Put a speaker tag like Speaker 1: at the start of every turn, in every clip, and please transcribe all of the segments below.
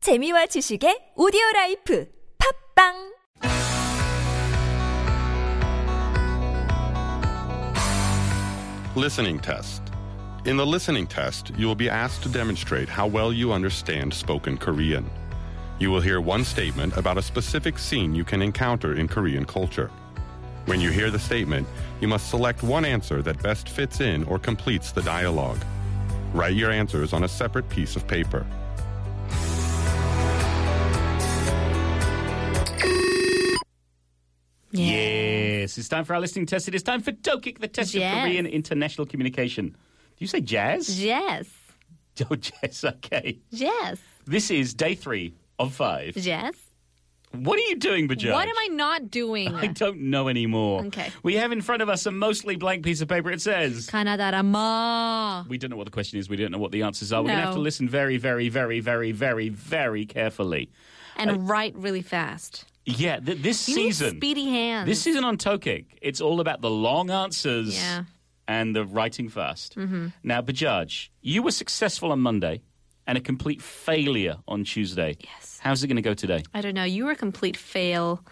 Speaker 1: 재미와 지식의 오디오 라이프 팝빵
Speaker 2: Listening Test. In the listening test, you will be asked to demonstrate how well you understand spoken Korean. You will hear one statement about a specific scene you can encounter in Korean culture. When you hear the statement, you must select one answer that best fits in or completes the dialogue. Write your answers on a separate piece of paper.
Speaker 3: Yes, it's time for our listening test. It is time for Dokik, the test
Speaker 4: Yes.
Speaker 3: of Korean international communication. Do you say jazz?
Speaker 4: Yes.
Speaker 3: Oh, jazz, okay.
Speaker 4: Yes.
Speaker 3: This is day three of five.
Speaker 4: Yes.
Speaker 3: What are you doing, Bajaj?
Speaker 4: What am I not doing?
Speaker 3: I don't know anymore.
Speaker 4: Okay.
Speaker 3: We have in front of us a mostly blank piece of paper. It says.
Speaker 4: uh, 가나다라마.
Speaker 3: We don't know what the question is. We don't know what the answers are. We're going to have to
Speaker 4: No.
Speaker 3: listen very, very, very, very, very, very carefully.
Speaker 4: And write really fast.
Speaker 3: Yeah, th- this
Speaker 4: You
Speaker 3: season.
Speaker 4: need speedy hands.
Speaker 3: This season on Tokik, it's all about the long answers
Speaker 4: Yeah. Mm-hmm.
Speaker 3: and the writing fast. Now, Bajaj, you were successful on Monday and a complete failure on Tuesday. Yes. How's it going to go today?
Speaker 4: I don't know. You were a complete fail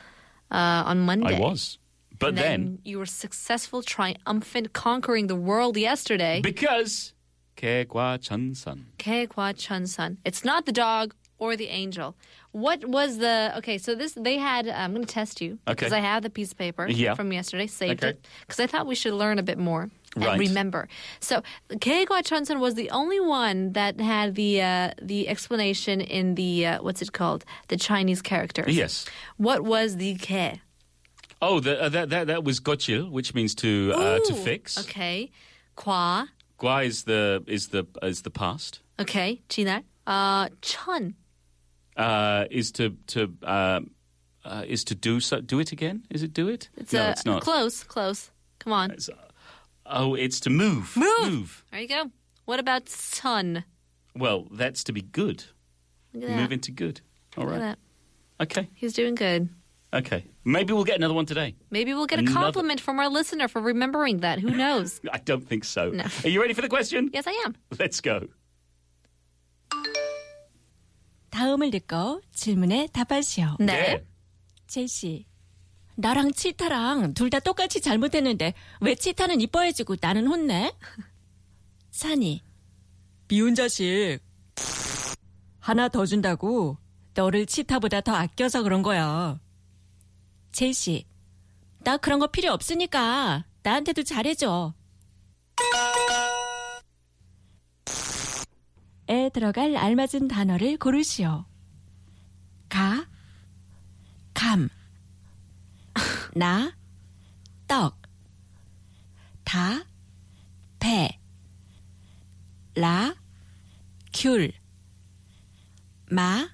Speaker 4: uh, on Monday.
Speaker 3: I was. But
Speaker 4: And
Speaker 3: then,
Speaker 4: then you were successful, triumphant, conquering the world yesterday.
Speaker 3: because. Kegwa Chunsun.
Speaker 4: Kegwa Chunsun. It's not the dog or the angel. What was the okay? So this they had. uh, I'm going to test you
Speaker 3: Okay.
Speaker 4: because I have the piece of paper
Speaker 3: Yeah.
Speaker 4: from yesterday. Saved
Speaker 3: Okay.
Speaker 4: it because I thought we should learn a bit more
Speaker 3: Right.
Speaker 4: and remember. So Kegwa Chunsun was the only one that had the uh, the explanation in the uh, what's it called the Chinese characters.
Speaker 3: Yes.
Speaker 4: What was the ke?
Speaker 3: Oh, the, uh, that, that, that was gochil, which means to uh, to
Speaker 4: Ooh,
Speaker 3: fix.
Speaker 4: Okay. Kwa.
Speaker 3: Gwa is the is the is the past.
Speaker 4: Okay. 지날. Uh, chun.
Speaker 3: Uh, is to to uh, uh, is to do so, do it again? Is it do it?
Speaker 4: It's
Speaker 3: no,
Speaker 4: a,
Speaker 3: it's not.
Speaker 4: Close. Close. Come on.
Speaker 3: Oh, it's to move.
Speaker 4: Move. There you go. What about sun?
Speaker 3: Well, that's to be good.
Speaker 4: Look at that.
Speaker 3: Move into good. All
Speaker 4: Look at
Speaker 3: right.
Speaker 4: that.
Speaker 3: Okay.
Speaker 4: He's doing good.
Speaker 3: Okay. Maybe we'll get another one today.
Speaker 4: Maybe we'll get a
Speaker 3: Another-
Speaker 4: compliment from our listener for remembering that. Who knows?
Speaker 3: I don't think so. Are you ready for the question?
Speaker 4: yes, I am.
Speaker 3: Let's go.
Speaker 5: 다음을 듣고 질문에 답하시오.
Speaker 3: Yeah.
Speaker 4: 네.
Speaker 5: 제시. 나랑 치타랑 둘 다 똑같이 잘못했는데 왜 치타는 이뻐해주고 나는 혼내? 산이. 미운 자식. 하나 더 준다고 너를 치타보다 더 아껴서 그런 거야. 제시. 나 그런 거 필요 없으니까 나한테도 잘해줘. 에 들어갈 알맞은 단어를 고르시오. 가, 감, 나, 떡, 다, 배, 라, 귤, 마,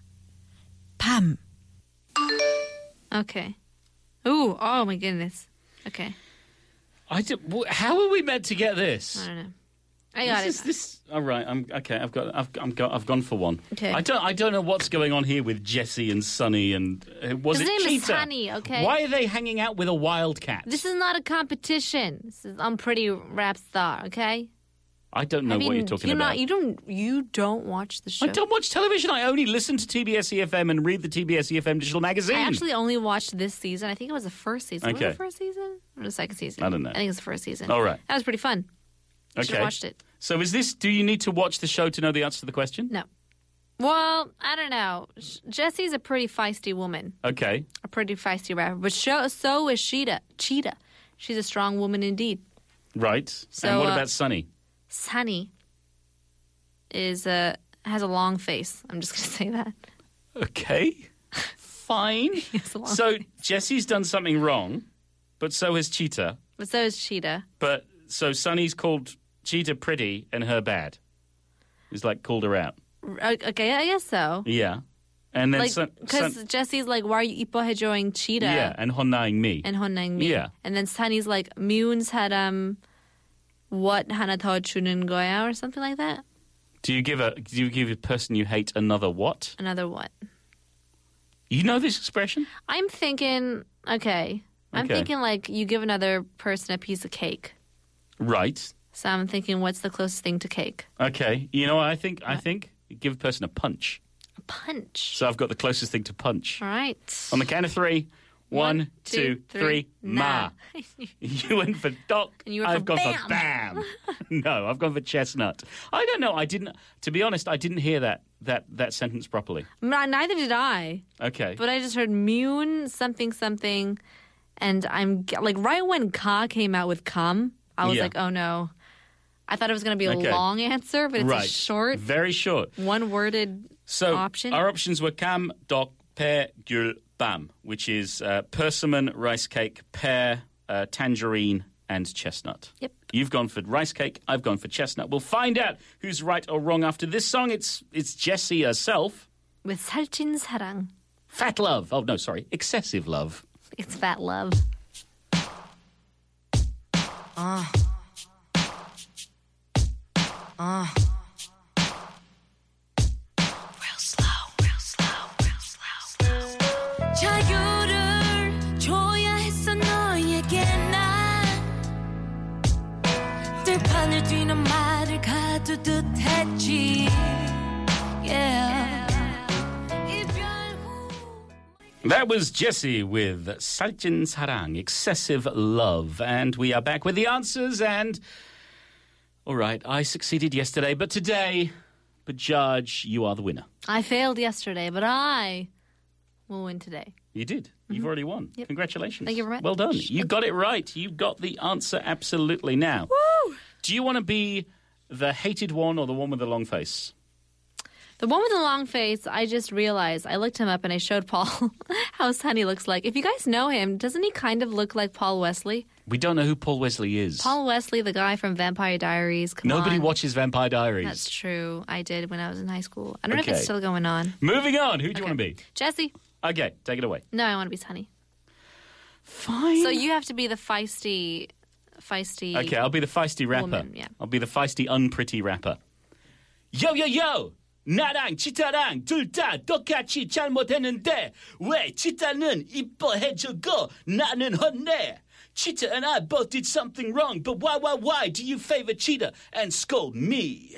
Speaker 5: 밤.
Speaker 4: Okay. Ooh, oh my goodness. Okay.
Speaker 3: I do, wh- how are we meant to get this?
Speaker 4: I don't know. I got
Speaker 3: this is
Speaker 4: it.
Speaker 3: this. All right. I'm okay. I've got. I've. I'm go, I've gone for one.
Speaker 4: Okay.
Speaker 3: I don't. I don't know what's going on here with Jesse and Sonny and uh, was
Speaker 4: His
Speaker 3: it
Speaker 4: name is
Speaker 3: Cheetah?
Speaker 4: Sunny, okay?
Speaker 3: Why are they hanging out with a wildcat?
Speaker 4: This is not a competition. This is I'm pretty rap star, okay?
Speaker 3: I don't know
Speaker 4: I mean,
Speaker 3: what you're talking
Speaker 4: you're
Speaker 3: about.
Speaker 4: Not, you don't you don't watch the show.
Speaker 3: I don't watch television. I only listen to TBS EFM E and read the TBS EFM E digital magazine.
Speaker 4: I actually only watched this season. I think it was the first season. Was it
Speaker 3: Okay.
Speaker 4: the first season or the second season?
Speaker 3: I don't know.
Speaker 4: I think it was the first season.
Speaker 3: All right.
Speaker 4: That was pretty fun. You should
Speaker 3: Okay.
Speaker 4: have watched it.
Speaker 3: So is this? Do you need to watch the show to know the answer to the question?
Speaker 4: No. Well, I don't know. Sh- Jessie's a pretty feisty woman,
Speaker 3: Okay.
Speaker 4: a pretty feisty rapper, but so, so is Cheetah. Cheetah. She's a strong woman indeed.
Speaker 3: Right. and
Speaker 4: So,
Speaker 3: what
Speaker 4: uh,
Speaker 3: about Sunny?
Speaker 4: Sunny is a has a long face. I'm just going to say that.
Speaker 3: Okay. Fine.
Speaker 4: a long
Speaker 3: so Jesse's done something wrong, but so has Cheetah.
Speaker 4: But so is Cheetah.
Speaker 3: But so Sunny's called Cheetah pretty and her bad. He's like called her out.
Speaker 4: R- Okay, I guess so.
Speaker 3: Yeah. And then
Speaker 4: Like
Speaker 3: Sun,
Speaker 4: because
Speaker 3: Sun-
Speaker 4: Jessie's like, why are you ipohejoing Cheetah?
Speaker 3: yeah, and honnaing me.
Speaker 4: And Honnang Mi.
Speaker 3: Yeah.
Speaker 4: And then Sunny's like, Moon said um, what 하나 더 주는 거야 or something like that.
Speaker 3: do you give a do you give a person you hate another what?
Speaker 4: Another what?
Speaker 3: You know this expression?
Speaker 4: I'm thinking, okay. I'm
Speaker 3: Okay.
Speaker 4: thinking like you give another person a piece of cake.
Speaker 3: Right.
Speaker 4: So I'm thinking, what's the closest thing to cake?
Speaker 3: Okay. You know what I think? I think give a person a punch.
Speaker 4: A punch.
Speaker 3: So I've got the closest thing to punch.
Speaker 4: All right.
Speaker 3: On the count of three, one, two, three, ma.
Speaker 4: nah.
Speaker 3: You went for doc.
Speaker 4: And you went
Speaker 3: I've
Speaker 4: for
Speaker 3: gone for bam. no, I've gone for chestnut. I don't know. I didn't. To be honest, I didn't hear that that that sentence properly.
Speaker 4: Ma- Neither did I.
Speaker 3: Okay.
Speaker 4: But I just heard Mune something something, and I'm g- like right when Ka came out with come, I was
Speaker 3: Yeah.
Speaker 4: like, oh no. I thought it was going to be a
Speaker 3: Okay.
Speaker 4: long answer, but it's
Speaker 3: right.
Speaker 4: a short,
Speaker 3: Very short.
Speaker 4: one-worded
Speaker 3: So
Speaker 4: option.
Speaker 3: our options were cam, doc, pear, gul, bam, which is uh, persimmon, rice cake, pear, uh, tangerine, and chestnut.
Speaker 4: Yep.
Speaker 3: You've gone for rice cake. I've gone for chestnut. We'll find out who's right or wrong after this song. It's it's Jessie herself.
Speaker 4: with 살찐 사랑.
Speaker 3: Fat love. Oh no, sorry, excessive love.
Speaker 4: It's fat love.
Speaker 6: 자유를 줘야 했어 너에게 난 들판을 뛰는 말을 가두듯 했지 yeah. 이별 후
Speaker 3: That was Jessie with Salchin Sarang, excessive love. And we are back with the answers. And all right, I succeeded yesterday, but today, but Judge, you are the winner.
Speaker 4: I failed yesterday, but I will win today.
Speaker 3: You did. You've already won. Congratulations.
Speaker 4: Mm-hmm. Thank you very much.
Speaker 3: Well done. You got it right. You got the answer absolutely now. Do you want to be the hated one or the one with the long face?
Speaker 4: The one with the long face, I just realized I looked him up and I showed Paul how Sunny looks like. If you guys know him, doesn't he kind of look like Paul Wesley?
Speaker 3: We don't know who Paul Wesley is.
Speaker 4: Paul Wesley, the guy from Vampire Diaries. Come
Speaker 3: Nobody
Speaker 4: on.
Speaker 3: watches Vampire Diaries.
Speaker 4: That's true. I did when I was in high school. I don't know if
Speaker 3: Okay.
Speaker 4: it's still going on.
Speaker 3: Moving on. Who do you want to be?
Speaker 4: Jesse,
Speaker 3: Okay, take it away.
Speaker 4: no, I want to be Sunny.
Speaker 3: Fine.
Speaker 4: So you have to be the feisty, feisty.
Speaker 3: Okay, I'll be the feisty rapper.
Speaker 4: Woman, yeah.
Speaker 3: I'll be the feisty, unpretty rapper. Yo, yo, yo! 나랑 치타랑 둘 다 똑같이 잘못했는데 왜 치타는 이뻐해주고 나는 혼내? Cheetah and I both did something wrong, but why, why, why do you favor Cheetah and scold me?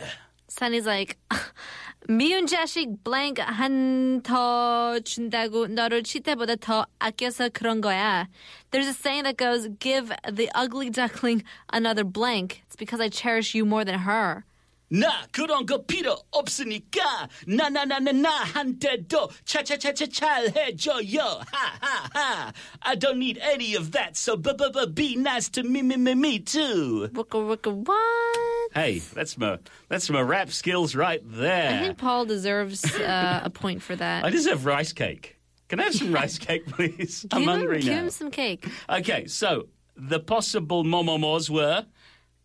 Speaker 4: Sunny's like, 미운 자식 blank 한더 준다고 너를 치태보다 더 아껴서 그런 거야. There's a saying that goes, give the ugly duckling another blank. It's because I cherish you more than her.
Speaker 3: 나 그런 거 필요 없으니까 나나나나 나한테도 차차차차 잘 해줘요 하하하 I don't need any of that so b b b be nice to me me me me too
Speaker 4: Wicka wicka what?
Speaker 3: Hey that's my that's my rap skills right
Speaker 4: I
Speaker 3: there
Speaker 4: think Paul deserves uh, a point for that.
Speaker 3: I deserve rice cake Can I have some rice cake please I'm
Speaker 4: give
Speaker 3: hungry
Speaker 4: him, give
Speaker 3: now
Speaker 4: him some cake.
Speaker 3: Okay so the possible momomos were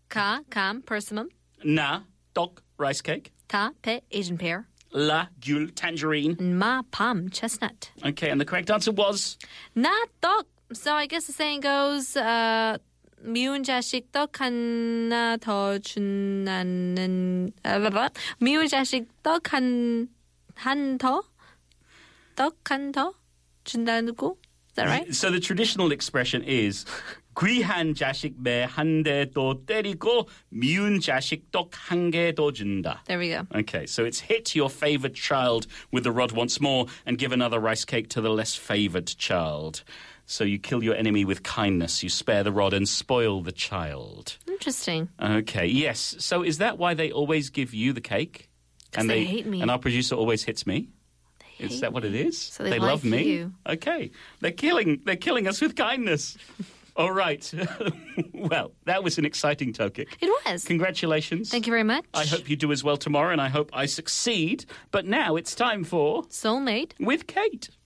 Speaker 4: Ka, kam, persimmon.
Speaker 3: na doc rice cake
Speaker 4: Ta, pe, Asian pear.
Speaker 3: la gul tangerine
Speaker 4: And ma, pam, chestnut.
Speaker 3: Okay and the correct answer was
Speaker 4: Not dog. So I guess the saying goes, uh, 미운 자식 떡 하나 더 준다는 아, blah, blah. 미운 자식 떡한한더떡한더 준다고. Is that right?
Speaker 3: So the traditional expression is 귀한 자식 매한대더 때리고 미운 자식 떡한개더 준다.
Speaker 4: There we go.
Speaker 3: Okay, so it's hit your favored child with the rod once more and give another rice cake to the less favored child. So you kill your enemy with kindness, you spare the rod and spoil the child.
Speaker 4: Interesting.
Speaker 3: Okay, yes. So is that why they always give you the cake? And
Speaker 4: they hate me.
Speaker 3: And our producer always hits me. is that what it is?
Speaker 4: So they
Speaker 3: love
Speaker 4: like
Speaker 3: me.
Speaker 4: you.
Speaker 3: Okay, they're killing. They're killing us with kindness. All right. well, that was an exciting topic.
Speaker 4: It was.
Speaker 3: Congratulations.
Speaker 4: Thank you very much.
Speaker 3: I hope you do as well tomorrow, and I hope I succeed. But now it's time for
Speaker 4: Soulmate.
Speaker 3: with Kate.